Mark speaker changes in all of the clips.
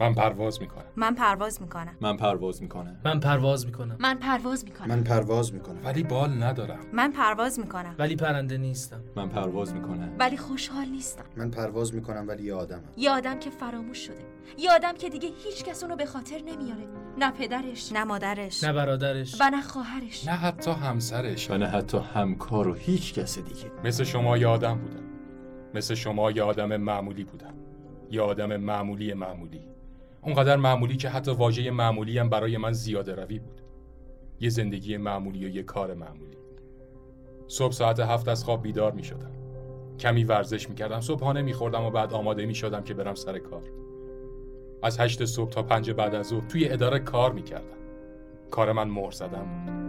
Speaker 1: من پرواز میکنم
Speaker 2: من پرواز میکنم
Speaker 3: من پرواز میکنم
Speaker 4: من پرواز میکنم
Speaker 5: من پرواز میکنم
Speaker 6: من پرواز میکنم
Speaker 1: ولی بال ندارم
Speaker 2: من پرواز میکنم
Speaker 4: ولی پرنده نیستم
Speaker 3: من پرواز میکنم
Speaker 5: ولی خوشحال نیستم
Speaker 6: من پرواز میکنم ولی یه آدمم
Speaker 5: یه آدم که فراموش شده یه آدم که دیگه هیچ کس اونو به خاطر نمیاره نه پدرش
Speaker 2: نه مادرش
Speaker 4: نه برادرش
Speaker 5: و نه خواهرش
Speaker 1: نه حتی همسرش
Speaker 3: و نه حتی همکار و هیچ کس دیگه
Speaker 1: مثل شما یه آدم بودم مثل شما یه آدم معمولی بودم یه آدم معمولی معمولی اونقدر معمولی که حتی واژه معمولی هم برای من زیاده روی بود یه زندگی معمولی و یه کار معمولی صبح ساعت هفت از خواب بیدار می شدم کمی ورزش می کردم صبحانه می خوردم و بعد آماده می شدم که برم سر کار از هشت صبح تا پنج بعد از ظهر توی اداره کار می کردم کار من مهر زدم بود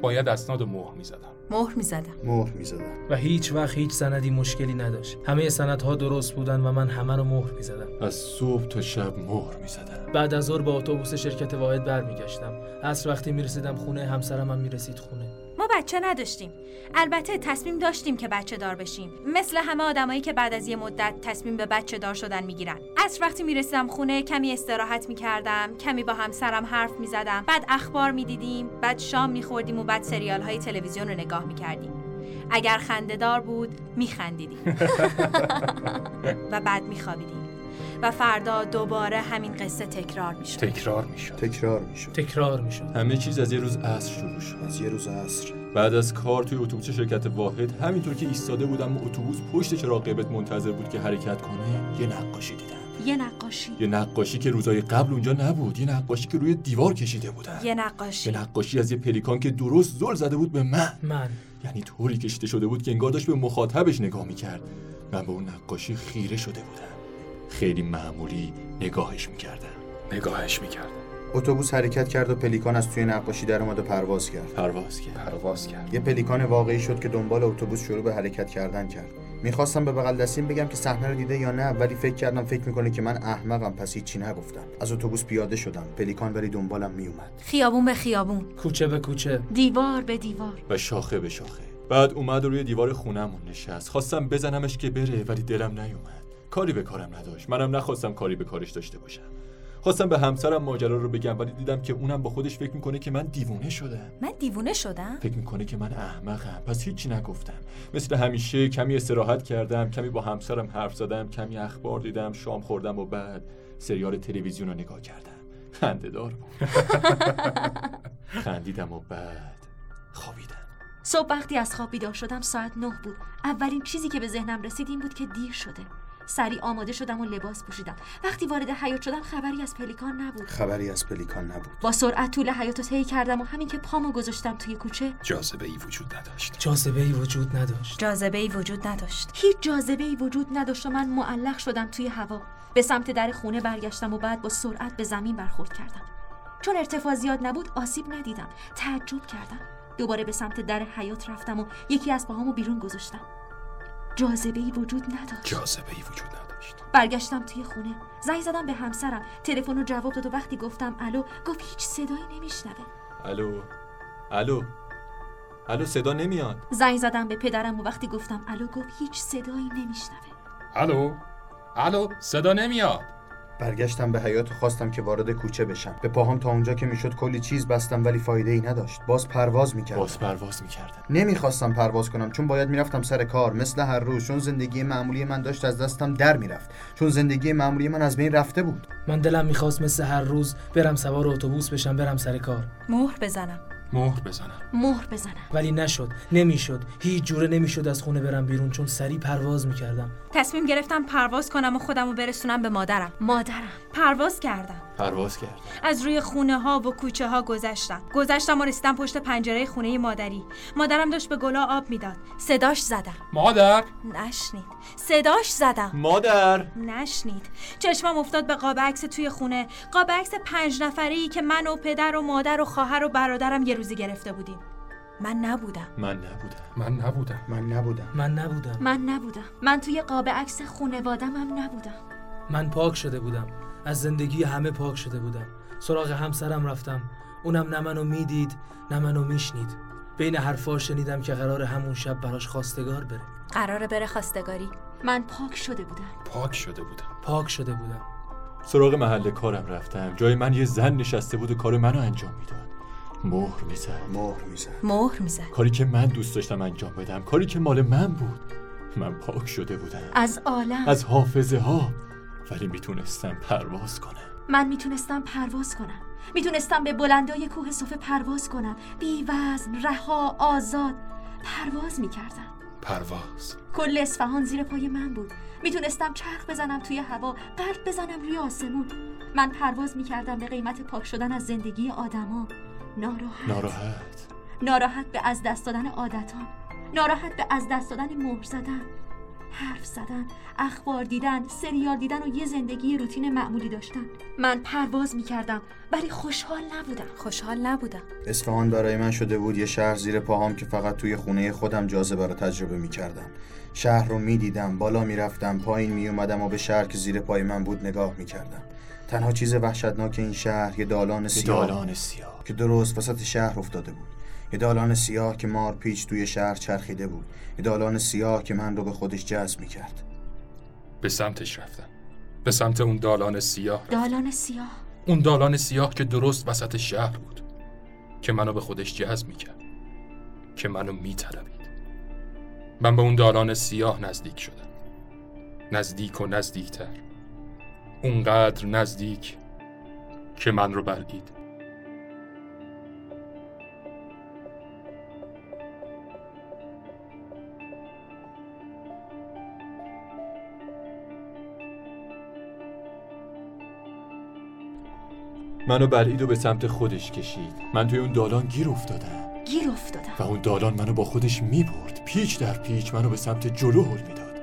Speaker 1: باید اسناد و مهر می زدم
Speaker 2: مهر میزدم
Speaker 6: مهر میزدم
Speaker 4: و هیچ وقت هیچ سندی مشکلی نداشت همه سندها درست بودن و من همه رو مهر میزدم
Speaker 3: از صبح تا شب مهر میزدم
Speaker 4: بعد از ظهر با اتوبوس شرکت واحد برمیگشتم عصر وقتی میرسیدم خونه همسرم هم میرسید خونه
Speaker 2: ما بچه نداشتیم البته تصمیم داشتیم که بچه دار بشیم مثل همه آدمایی که بعد از یه مدت تصمیم به بچه دار شدن میگیرن از وقتی میرسیدم خونه کمی استراحت میکردم کمی با همسرم حرف میزدم بعد اخبار میدیدیم بعد شام میخوردیم و بعد سریال های تلویزیون رو نگاه میکردیم اگر خندهدار بود میخندیدیم و بعد میخوابیدیم و فردا دوباره همین قصه تکرار میشد
Speaker 1: تکرار می شد
Speaker 6: تکرار میشد
Speaker 4: تکرار میشد
Speaker 3: همه چیز از یه روز عصر شروع شد
Speaker 6: از یه روز عصر
Speaker 3: بعد از کار توی اتوبوس شرکت واحد همینطور که ایستاده بودم و اتوبوس پشت چراغ غیبت منتظر بود که حرکت کنه یه نقاشی دیدم
Speaker 5: یه نقاشی
Speaker 3: یه نقاشی که روزای قبل اونجا نبود یه نقاشی که روی دیوار کشیده بودن
Speaker 2: یه نقاشی
Speaker 3: یه نقاشی از یه پلیکان که درست زل زده بود به من
Speaker 4: من
Speaker 3: یعنی طوری کشیده شده بود که انگار داشت به مخاطبش نگاه میکرد من به اون نقاشی خیره شده بودم خیلی معمولی نگاهش میکردم
Speaker 1: نگاهش می کردم
Speaker 6: اتوبوس حرکت کرد و پلیکان از توی نقاشی در اومد و پرواز کرد
Speaker 3: پرواز کرد
Speaker 1: پرواز کرد
Speaker 6: یه پلیکان واقعی شد که دنبال اتوبوس شروع به حرکت کردن کرد میخواستم به بغل دستیم بگم که صحنه رو دیده یا نه ولی فکر کردم فکر میکنه که من احمقم پس هیچی نگفتم از اتوبوس پیاده شدم پلیکان ولی دنبالم میومد
Speaker 2: خیابون به خیابون
Speaker 4: کوچه به کوچه
Speaker 5: دیوار به دیوار
Speaker 3: و شاخه به شاخه بعد اومد و روی دیوار خونمون نشست خواستم بزنمش که بره ولی دلم نیومد کاری به کارم نداشت منم نخواستم کاری به کارش داشته باشم خواستم به همسرم ماجرا رو بگم ولی دیدم که اونم با خودش فکر میکنه که من دیوونه شدم
Speaker 2: من دیوونه شدم
Speaker 3: فکر میکنه که من احمقم پس هیچی نگفتم مثل همیشه کمی استراحت کردم کمی با همسرم حرف زدم کمی اخبار دیدم شام خوردم و بعد سریال تلویزیون رو نگاه کردم خندهدار بود خندیدم و بعد خوابیدم
Speaker 5: صبح وقتی از خواب بیدار شدم ساعت نه بود اولین چیزی که به ذهنم رسید این بود که دیر شده سریع آماده شدم و لباس پوشیدم وقتی وارد حیاط شدم خبری از پلیکان نبود
Speaker 6: خبری از پلیکان نبود
Speaker 5: با سرعت طول حیاط رو طی کردم و همین که پامو گذاشتم توی کوچه
Speaker 1: جاذبه ای وجود نداشت
Speaker 4: جاذبه ای وجود نداشت
Speaker 2: جاذبه ای وجود نداشت
Speaker 5: هیچ جاذبه ای وجود نداشت و من معلق شدم توی هوا به سمت در خونه برگشتم و بعد با سرعت به زمین برخورد کردم چون ارتفاع زیاد نبود آسیب ندیدم تعجب کردم دوباره به سمت در حیات رفتم و یکی از پاهامو بیرون گذاشتم جاذبه ای وجود نداشت
Speaker 1: جاذبه ای وجود نداشت
Speaker 5: برگشتم توی خونه زنگ زدم به همسرم تلفن رو جواب داد و وقتی گفتم الو گفت هیچ صدایی نمیشنوه
Speaker 3: الو الو الو صدا نمیاد
Speaker 5: زنگ زدم به پدرم و وقتی گفتم الو گفت هیچ صدایی نمیشنوه
Speaker 1: الو الو صدا نمیاد
Speaker 6: برگشتم به حیات و خواستم که وارد کوچه بشم به پاهام تا اونجا که میشد کلی چیز بستم ولی فایده ای نداشت باز پرواز میکردم
Speaker 3: باز پرواز میکردم
Speaker 6: نمیخواستم پرواز کنم چون باید میرفتم سر کار مثل هر روز چون زندگی معمولی من داشت از دستم در میرفت چون زندگی معمولی من از بین رفته بود
Speaker 4: من دلم میخواست مثل هر روز برم سوار اتوبوس بشم برم سر کار
Speaker 2: مهر بزنم
Speaker 1: مهر بزنم
Speaker 5: مهر بزنم
Speaker 4: ولی نشد نمیشد هیچ جوره نمیشد از خونه برم بیرون چون سریع پرواز میکردم
Speaker 2: تصمیم گرفتم پرواز کنم و خودم رو برسونم به مادرم
Speaker 5: مادرم
Speaker 2: پرواز کردم
Speaker 3: پرواز کرد
Speaker 2: از روی خونه ها و کوچه ها گذشتم گذشتم و رسیدم پشت پنجره خونه مادری مادرم داشت به گلا آب میداد صداش زدم
Speaker 1: مادر
Speaker 2: نشنید صداش زدم
Speaker 3: مادر
Speaker 2: نشنید چشمم افتاد به قاب عکس توی خونه قاب عکس پنج نفره ای که من و پدر و مادر و خواهر و برادرم یه روزی گرفته بودیم من نبودم
Speaker 3: من نبودم
Speaker 1: من نبودم
Speaker 6: من نبودم
Speaker 4: من نبودم
Speaker 5: من نبودم من توی قاب عکس خونوادم هم نبودم
Speaker 4: من پاک شده بودم از زندگی همه پاک شده بودم سراغ همسرم رفتم اونم نه منو میدید نه منو میشنید بین حرفا شنیدم که قرار همون شب براش خواستگار بره
Speaker 2: قراره بره خواستگاری
Speaker 5: من پاک شده بودم
Speaker 1: پاک شده بودم
Speaker 4: پاک شده بودم
Speaker 3: سراغ محل کارم رفتم جای من یه زن نشسته بود و کار منو انجام میداد مهر میزد
Speaker 6: مهر میزن
Speaker 2: مهر میزد
Speaker 3: کاری که من دوست داشتم انجام بدم کاری که مال من بود من پاک شده بودم
Speaker 5: از عالم
Speaker 3: از حافظه ها ولی میتونستم پرواز کنم
Speaker 5: من میتونستم پرواز کنم میتونستم به بلندای کوه صفه پرواز کنم بی وزن رها آزاد پرواز میکردم
Speaker 1: پرواز
Speaker 5: کل اصفهان زیر پای من بود میتونستم چرخ بزنم توی هوا قرب بزنم روی آسمون من پرواز میکردم به قیمت پاک شدن از زندگی آدما ناراحت
Speaker 3: ناراحت
Speaker 5: ناراحت به از دست دادن عادتام ناراحت به از دست دادن مهر زدن حرف زدن اخبار دیدن سریال دیدن و یه زندگی روتین معمولی داشتم من پرواز میکردم ولی خوشحال نبودم
Speaker 2: خوشحال نبودم
Speaker 6: اصفهان برای من شده بود یه شهر زیر پاهام که فقط توی خونه خودم جاذبه رو تجربه میکردم شهر رو میدیدم بالا میرفتم پایین میومدم و به شهر که زیر پای من بود نگاه میکردم تنها چیز وحشتناک این شهر یه دالان
Speaker 3: یه
Speaker 6: سیاه
Speaker 3: دالان سیاه
Speaker 6: که درست وسط شهر افتاده بود یه دالان سیاه که مار پیچ توی شهر چرخیده بود یه دالان سیاه که من رو به خودش جذب میکرد
Speaker 1: به سمتش رفتم به سمت اون دالان سیاه رفتم.
Speaker 5: دالان سیاه
Speaker 1: اون دالان سیاه که درست وسط شهر بود که منو به خودش جذب میکرد که منو میطلبید من به اون دالان سیاه نزدیک شدم نزدیک و نزدیکتر اونقدر نزدیک که من رو بلعید
Speaker 3: منو بلعید و به سمت خودش کشید من توی اون دالان گیر افتادم
Speaker 5: گیر افتادم
Speaker 3: و اون دالان منو با خودش میبرد پیچ در پیچ منو به سمت جلو هل میداد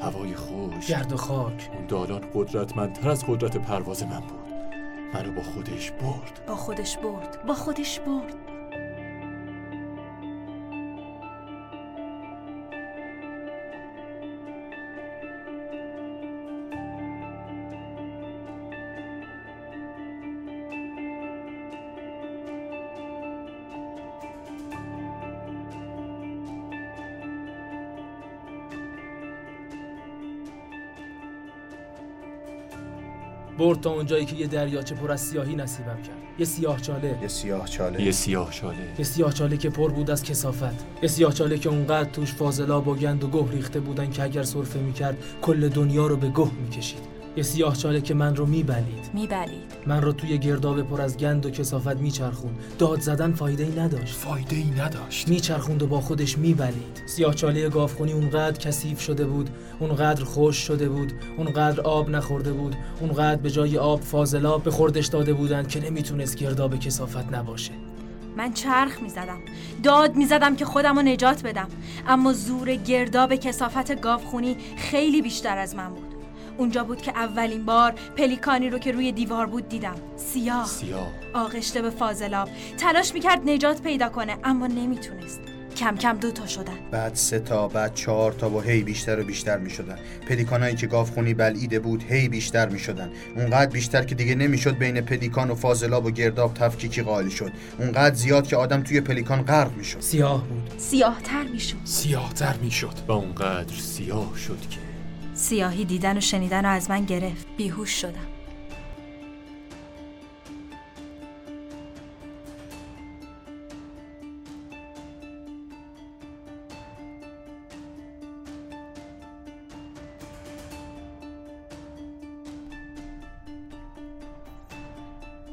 Speaker 3: هوای خوش
Speaker 4: گرد و خاک
Speaker 3: اون دالان قدرتمندتر از قدرت پرواز من بود منو با خودش برد
Speaker 2: با خودش برد
Speaker 5: با خودش برد
Speaker 4: برد تا اونجایی که یه دریاچه پر از سیاهی نصیبم کرد یه سیاه چاله
Speaker 6: یه سیاه چاله
Speaker 3: یه سیاه شاله
Speaker 4: یه سیاه چاله که پر بود از کسافت یه سیاه چاله که اونقدر توش فاضلا با گند و گه ریخته بودن که اگر سرفه میکرد کل دنیا رو به گه میکشید یه سیاه چاله که من رو میبلید
Speaker 2: میبلید
Speaker 4: من رو توی گرداب پر از گند و کسافت میچرخون داد زدن فایده ای نداشت
Speaker 1: فایده ای نداشت
Speaker 4: میچرخوند و با خودش میبلید سیاهچاله گاوخونی اونقدر کثیف شده بود اونقدر خوش شده بود اونقدر آب نخورده بود اونقدر به جای آب فاضلاب به خوردش داده بودند که نمیتونست گرداب کسافت نباشه
Speaker 2: من چرخ میزدم داد میزدم که خودم رو نجات بدم اما زور گرداب کسافت گاوخونی خیلی بیشتر از من بود اونجا بود که اولین بار پلیکانی رو که روی دیوار بود دیدم سیاه
Speaker 3: سیاه
Speaker 2: آغشته به فاضلاب تلاش میکرد نجات پیدا کنه اما نمیتونست کم کم دوتا شدن
Speaker 6: بعد سه تا بعد چهار تا و هی بیشتر و بیشتر میشدن پلیکانایی که گاوخونی بلعیده بود هی بیشتر میشدن اونقدر بیشتر که دیگه نمیشد بین پلیکان و فاضلاب و گرداب تفکیکی قائل شد اونقدر زیاد که آدم توی پلیکان غرق میشد
Speaker 4: سیاه بود
Speaker 5: سیاهتر میشد
Speaker 1: سیاهتر میشد
Speaker 3: و اونقدر سیاه شد که
Speaker 2: سیاهی دیدن و شنیدن رو از من گرفت بیهوش شدم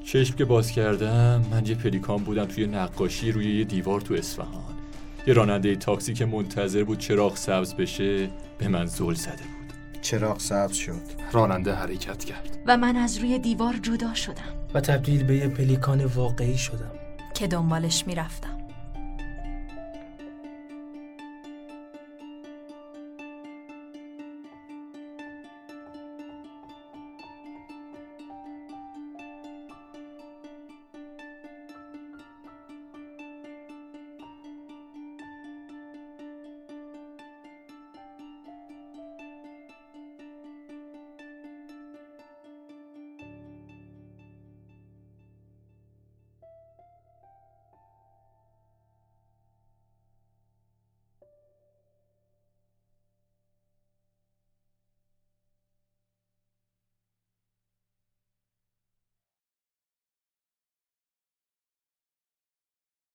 Speaker 3: چشم که باز کردم من یه پلیکان بودم توی نقاشی روی یه دیوار تو اصفهان یه راننده تاکسی که منتظر بود چراغ سبز بشه به من زل زده بود
Speaker 6: چراغ سبز شد
Speaker 1: راننده حرکت کرد
Speaker 5: و من از روی دیوار جدا شدم
Speaker 4: و تبدیل به یه پلیکان واقعی شدم
Speaker 2: که دنبالش میرفتم